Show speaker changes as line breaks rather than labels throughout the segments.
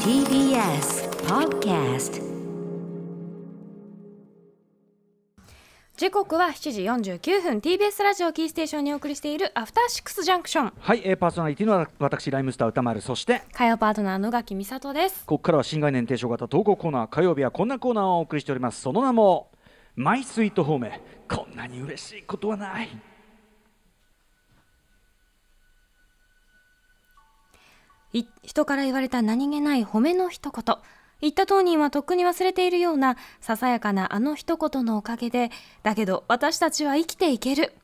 TBS Podcast
時刻は7時49分 TBS ラジオキーステーションにお送りしているアフターシックスジャンクション
はい、えー、パーソナリティの私ライムスター歌丸そして
火曜パートナー野垣美里です
ここからは新概念提唱型投稿コーナー火曜日はこんなコーナーをお送りしておりますその名もマイスイートホームこんなに嬉しいことはない
い人から言われた何気ない褒めの一言言った当人はとっくに忘れているようなささやかなあの一言のおかげでだけど私たちは生きていける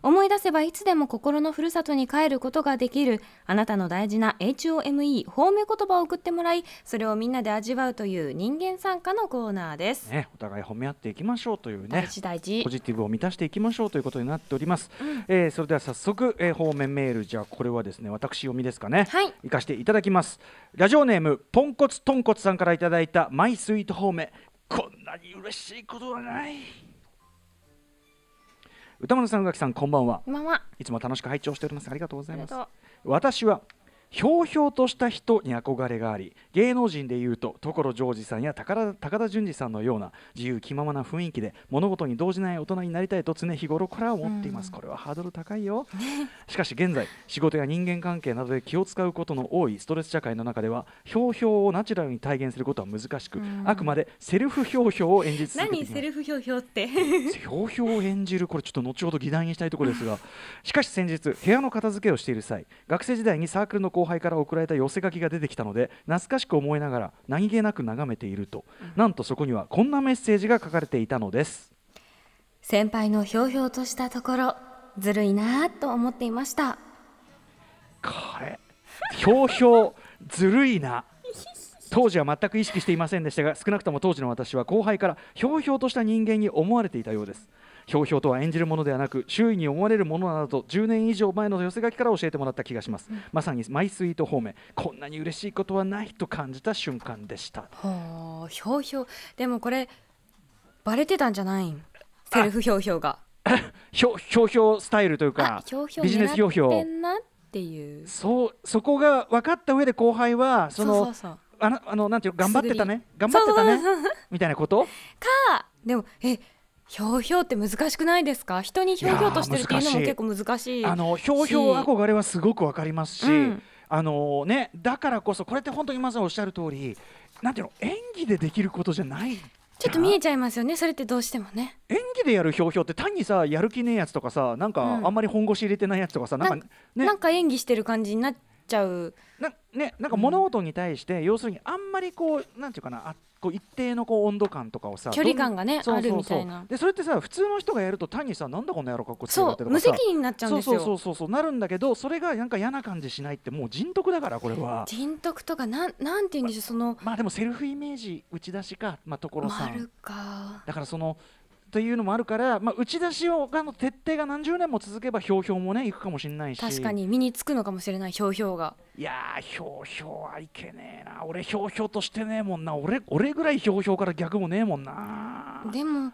思い出せばいつでも心のふるさとに帰ることができるあなたの大事な HOME 褒め言葉を送ってもらいそれをみんなで味わうという人間参加のコーナーです、
ね、お互い褒め合っていきましょうというね
大事大事
ポジティブを満たしていきましょうということになっております、えーそれでは早速、えー方面メールじゃあこれはですね私読みですかね
はい
行かしていただきますラジオネームポンコツトンコツさんからいただいたマイスイートホームこんなに嬉しいことはない歌丸さん宇垣さんこんばんは
今はい
つも楽しく拝聴しておりますありがとうございます
ありがと
私はひょうひょうとした人に憧れがあり芸能人でいうと所ジョージさんや高田高田純次さんのような自由気ままな雰囲気で物事に動じない大人になりたいと常日頃から思っています、これはハードル高いよしかし現在仕事や人間関係などで気を使うことの多いストレス社会の中ではひょうひょうをナチュラルに体現することは難しく、
うん
あくまでセルフひょうひょうを演じ続けて
何
きま
セ
す
ルフひょうひょうって
ひょうひょうを演じるこれちょっと後ほど議題にしたいところですがしかし先日部屋の片付けをしている際学生時代にサークルの後輩から送られた寄せ書きが出てきたので懐かしく思いながら何気なく眺めているとなんとそこにはこんなメッセージが書かれていたのです
先輩のひょうひょうとしたところずるいなぁと思っていました
これひょうひょうずるいな当時は全く意識していませんでしたが少なくとも当時の私は後輩からひょうひょうとした人間に思われていたようですひょうひょうとは演じるものではなく周囲に思われるものなどと10年以上前の寄せ書きから教えてもらった気がします、まさにマイスイート方面こんなに嬉しいことはないと感じた瞬間でした
ほうひょうひょうでもこれバレてたんじゃないんセルフひょうひょうが
ひょひょうひょうスタイルという
あ
か
ひょうひょう
ビジネスひょうひ
狙っ
ょ
て
うん
なっていう
そうそこが分かった上で後輩はその
うそうそう
あのあのなんていうの頑張ってたね頑
り
張ってたね
そうそう
みたいなこと
あでもえひょうひょうって難しくないですか人にひょうひょうとしてるっていうのも
いや
結
ー
構難しい
あのひょうひょう憧れはすごくわかりますし、
うん
あのね、だからこそこれって本当にまさにおっしゃる通りなんていうの演技でできることじゃない
ちょっと見え
じ
ちゃいますよねそれってどうしてもね
ゃん演技でやるひょうひょうって単にさやる気ねえやつとかさなんか
うん
あんまり本腰入れてないやつとかさ、なんかね
なんか演技してる感じになっちゃう
なね、なんか物事に対して、要するにあんまりこうなんていうかなあこう一定のこう温度感とかをさ
距離感がね
どん
あるみたいな
でそれってさ普通の人がやると単にさなんだこの野郎かっこつけやが
そ
って
う
とか
無
さ
責任になっちゃうんですよ
そうそうそうそうなるんだけどそれがなんか嫌な感じしないってもう人徳だからこれは
人徳とかなんなんて言うんでしょうその
まあでもセルフイメージ打ち出しか、まあ、所
あ
さん
るか
だからそのというのもあるから、まあ、打ち出しをあの徹底が何十年も続けばひょうひょうもねいくかもしれないし
確かに身につくのかもしれないひょうひょうが
いやーひょうひょうはいけねえな俺ひょうひょうとしてねえもんな俺俺ぐらいひょうひょうから逆もねえもんな
でも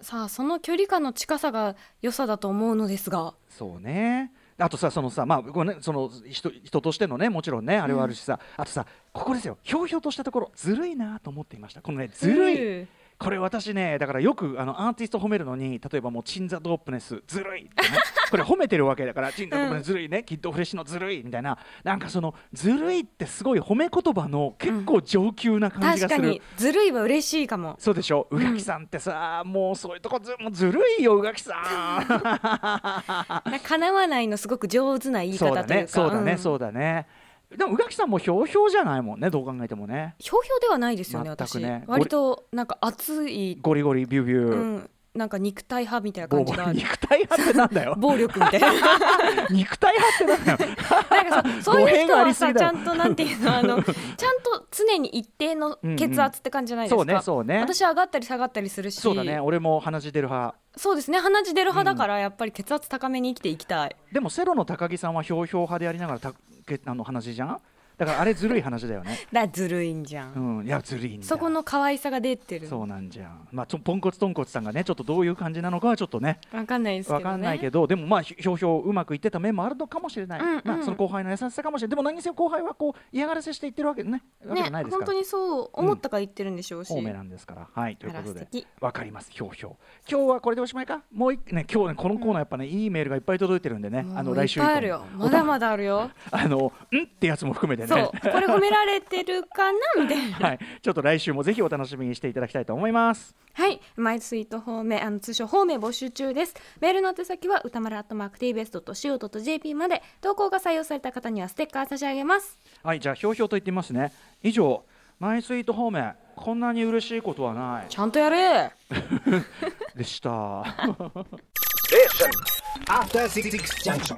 さあその距離感の近さが良さだと思うのですが
そうねあとさそのさまあごめんねその人人としてのねもちろんねあれはあるしさ、あとさここですよひょうひょうとしたところずるいなと思っていましたこのねずるい、
い
これ私ねだからよくあのアーティスト褒めるのに例えばもう「チン・ザ・ドープネスずるい」ってねこれ褒めてるわけだから「チン・ザ・ドープネスずるいね」キッド・フレッシュのずるい」みたいななんかその「ずるい」ってすごい褒め言葉の結構上級な感
確
じが
か
する。
にずるいは嬉しいかも
そうでしょ宇垣さんってさ、もうそういうとこずもうずるいよ宇垣さん
な叶わないのすごく上手な言い
そう
方
だ
という
ね
か
そうだね、
ん
そうだねでも宇垣さんもひょうひょうじゃないもんねどう考えてもね
ひょうひょうではないですよね
全
私
くね
割となんか熱い、
ゴリゴリビュービュ
う
ー、
ん、なんか肉体派みたいな感
ボーボ
じ
ー
が
肉体派ってなん だよ
暴力みたいな
肉体派ってなんだよ
なんかそうそういう人
語弊があり
は
す
さ
ぎだ
ち
ろ
ゃんとなんていうのあ のちゃんと常に一定の血圧って感じじゃないですか、
うんうんそうねそうね
私は上がったり下がったりするし
そうだね俺も鼻血出る派
そうですね鼻血出る派だからやっぱり血圧高めに生きていきたい、
でもセロの高木さんはひょうひょう派でありながらたけあの鼻血じゃんだからあれずるい話だ よね
だからずるいんじゃん、
うんいやずるいんだよ
そこの可愛さが出てる
そうなんじゃんまあちょポンコツとんこつさんがねちょっとどういう感じなのかはちょっとね
わかんないですけど
わ
ね
かんないけどでもまあひひょうひょううまくいってた面もあるのかもしれない、
うんうん
まあ、その後輩の優しさかもしれないでも何せ後輩はこう嫌がらせしていってるわけねわけじゃない
ね
です
本
か
当にそう思ったから言ってるんでしょうし、
多めなんですからはいということ
あら
で
素敵
わかりますひょうひょう今日はこれでおしまいかもう一ね今日ねこのコーナーやっぱね、いいメールがいっぱい届いてるんでねあの
もう
来週以
いっ
降
ぱい
も
あるよまだまだある よ
あのんってやつも含めて
そ
ね
うこれ褒められてるかなみたいな
はいちょっと来週もぜひお楽しみにしていただきたいと思います
はい、マイスイート方面、あの通称方面募集中です。メールの宛先は歌丸アットマーク TBS ドット CO ドット JP まで、投稿が採用された方にはステッカー差し上げます。
はいじゃあひょうひょうと言ってみますね以上マイスイート方面こんなに嬉しいことはない
ちゃんとやれ。
でした
After Six Junction.